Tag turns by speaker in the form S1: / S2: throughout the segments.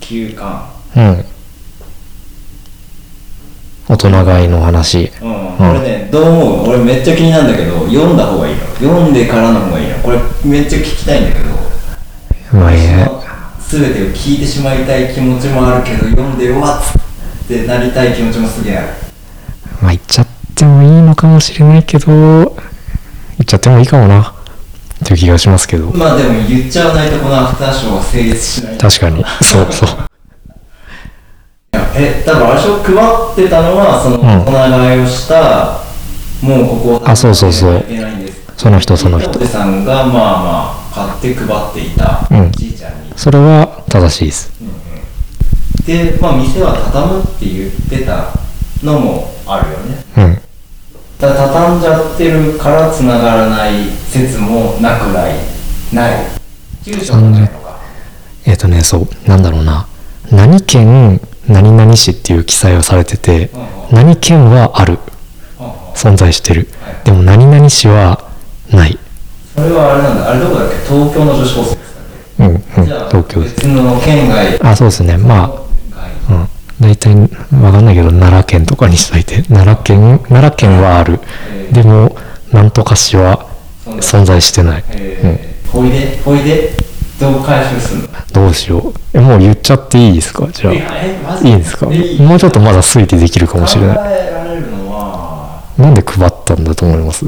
S1: 休館
S2: うん。大人買いの話。
S1: うん、これねどう思う俺めっちゃ気になるんだけど読んだ方がいいの読んでからの方がいいのこれめっちゃ聞きたいんだけど
S2: まあ、え
S1: その全てを聞いてしまいたい気持ちもあるけど読んでうわっってなりたい気持ちもすげえある
S2: まあ、言っちゃってもいいのかもしれないけど、言っちゃってもいいかもな。という気がしますけど。
S1: まあでも言っちゃわないとこのアフターショーは成立しない
S2: 確かに。そうそう。
S1: えだからあれでしょ配ってたのはその
S2: うん
S1: お願いをした、もうここ
S2: あそうそうそう
S1: いけないんです
S2: その人その人
S1: 伊。藤さんがまあまあ買って配っていた、
S2: うん
S1: じいちゃんに
S2: それは正しいです。
S1: で、まあ、店は畳むって言ってたのもあるよね
S2: うん。
S1: だから畳んじゃってるからつながらない説もなくないない住所がないのか
S2: えっ、とね、そう。なんだろうな。何県、何々市っていう記載をされてて
S1: うん、うん
S2: 何県はある。
S1: うんうん
S2: 存在してる
S1: はい。
S2: でも何々市はない。
S1: それはあれなんだあれどこだっけ東京の女子高生ですかね
S2: うん、うん。
S1: じゃあ
S2: 東京です。
S1: 別の県外
S2: あ、そうですね。まあ、うん、大体わかんないけど奈良県とかにしといて奈良県奈良県はある
S1: えー
S2: でもなんとか市は存在してない、うん、
S1: えーほいでほいでどう回収するの
S2: どうしようえもう言っちゃっていいですかじゃあ
S1: え
S2: い
S1: えマジ
S2: いんですか
S1: え
S2: もうちょっとまだ推理できるかもしれ
S1: 考
S2: な
S1: えられるのはい
S2: なんで配ったんだと思います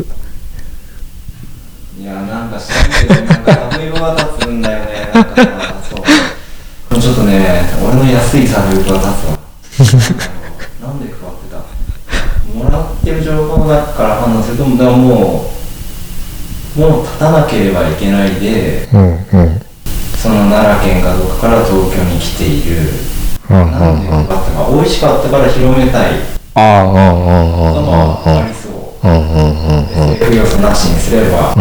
S1: いやなんか知らんけどなんかサブイボが立つんだよねなんかさそうもうちょっとね俺の安いサブイボが立つわなんで配ってたもらってる情報だから判断するともうだからもうもう立たなければいけないで
S2: うんうん
S1: その奈良県かどっかから東京に来ている
S2: うんうん
S1: なんで
S2: うん
S1: 配ったか美味しかったから広めたい
S2: ああうんうんう
S1: の
S2: ん
S1: もありそう
S2: うんうんうんうんうんうん
S1: SF 要素なしにすれば
S2: うん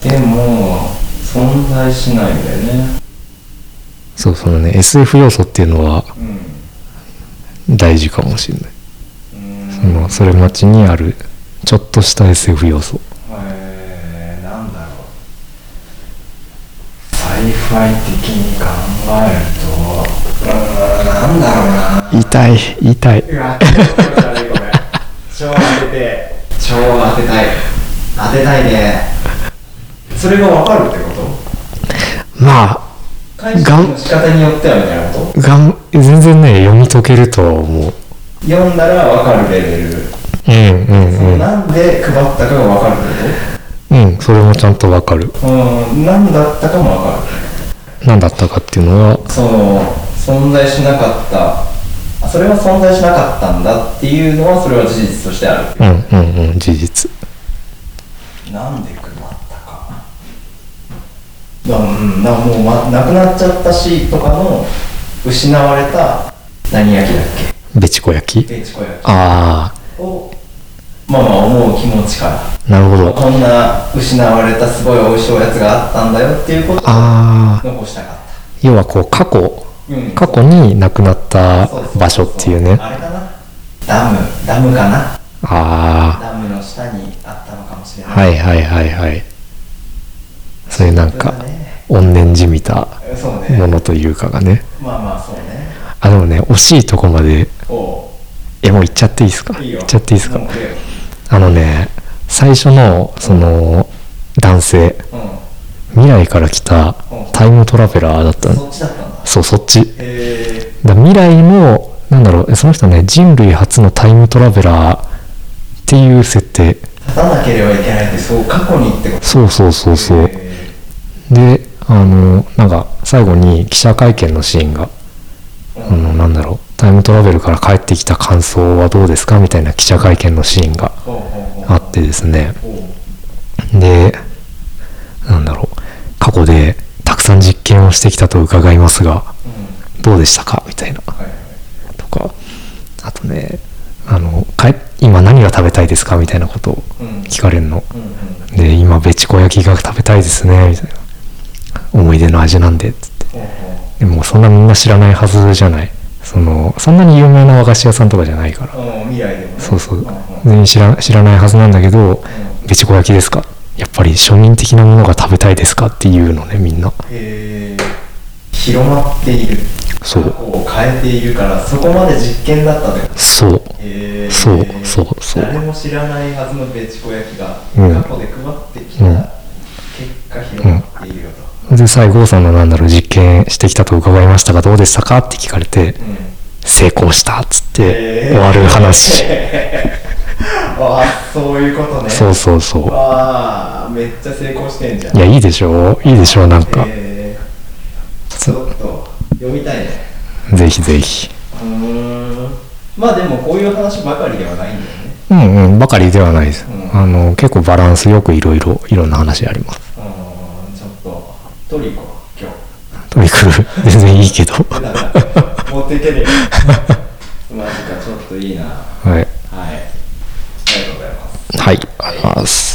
S1: でも存在しないんだよね
S2: そうそのね SF 要素っていうのは
S1: うん
S2: 大事かもしれない
S1: うん
S2: そのそれ町にあるちょっとした SF 要素
S1: えー、なんだろうサイファイ的に考えるとうーんなんだろうな
S2: 痛い痛いう
S1: わ気持ち悪いこれ超当てて超当てたい当てたいねそれが分かるってこと
S2: まあ
S1: 解釈の仕方によってはみたいなこ
S2: がん全然ね読み解けるとは思う
S1: と読んだら分かるレベル
S2: うんう
S1: その
S2: んうん
S1: なんで配ったかが分かるって
S2: うんそれもちゃんとわかる
S1: ことうん何だったかも分かる
S2: 何だったかっていうのは
S1: その存在しなかったあそれは存在しなかったんだっていうのはそれは事実としてある
S2: うんうんうん事実
S1: なんで配ったかだうんだもう、ま、なくなっちゃったしとかの失われた何焼きだっ
S2: べちこ焼
S1: け
S2: き
S1: ベチコ焼
S2: あ
S1: きをまあまあ思う気持ちから
S2: あなるほど
S1: こんな失われたすごい美味しいおやつがあったんだよっていうことを
S2: ああ
S1: 残したかっ
S2: 要はこう過去
S1: た、うん、
S2: 過去になくなった
S1: そうそうそう
S2: 場所っていうね
S1: あれかなダムダムかな
S2: あ
S1: ダムの下にあったのかもしれ
S2: あ
S1: ない。
S2: はいはいはいはいそういうなんか怨念じみた
S1: そうね。
S2: ものというかがね
S1: まあまあそうね。
S2: あでもね惜しいとこまで
S1: お
S2: えもう行っちゃっていいですか
S1: ういいよ。
S2: 行っちゃっていいですか
S1: もう食えよ
S2: あのね、最初の、その、男性、
S1: う
S2: 未来から来た
S1: うん
S2: タイムトラベラーだった
S1: ん。
S2: の
S1: そっちだったんだ。
S2: そう、そっち。
S1: へ
S2: だ未来の、なんだろう、その人ね、人類初のタイムトラベラーっていう設
S1: ー
S2: 定。
S1: 立たなければいけないって、そう、過去にってこ
S2: そうそうそう
S1: と
S2: そう。
S1: へ
S2: で、あの、なんか、最後に記者会見のシーンが、
S1: ー
S2: あの、なんだろう、タイムトラベルから帰ってきた感想はどうですかみたいな記者会見のシーンが
S1: ほうほうほう
S2: あってですね。
S1: ほう
S2: で、なんだろう、過去でたくさん実験をしてきたと伺いますが、
S1: うん
S2: どうでしたかみたいな、
S1: はいはい
S2: とか、あとね、あの、かえ今何が食べたいですかみたいなことを
S1: うん
S2: 聞かれるの。
S1: うんうん
S2: で、今、べちこ焼きが食べたいですね、みたいな。思い出の味なんで、つって。
S1: ほうほ
S2: でも、そんなみんな知らないはずじゃない。その、そんなに有名な和菓子屋さんとかじゃないから。
S1: ううん未来でもね
S2: そうそ
S1: ん。
S2: うん全員知ら知らないはずなんだけど、
S1: うん
S2: べちこ焼きですかやっぱり庶民的なものが食べたいですかっていうのねみんな
S1: へえ広まっている
S2: そう
S1: 過去を変えているからそこまで実験だったのよ
S2: そう
S1: へー
S2: そうそうそう
S1: 誰も知らないはずのベチコ焼きが
S2: うん
S1: 過去で配ってきた
S2: うん
S1: 結果広まっているよと、
S2: で最後さんのなんだろう実験してきたと伺いましたがどうでしたかって聞かれ
S1: う
S2: て
S1: ん
S2: 成功したっつって
S1: へー
S2: 終わる話、
S1: ああそういうことね
S2: そうそうそ
S1: ああめっちゃ成功してんじゃん
S2: ういやいいでしょういいでしょうなんか、
S1: えー、ちょっと読みたいね
S2: ぜひぜひ
S1: うーんまあでもこういう話ばかりではないんだよね
S2: うんうんばかりではないです、
S1: うん
S2: あの結構バランスよくいろいろいろんな話あります
S1: うーんちょっとトリコ今日
S2: トリクル全然いいけど
S1: だ
S2: は
S1: から持っていけるよマジかちょっといいなはい
S2: い
S1: ありがとうございます
S2: はいありがとうございます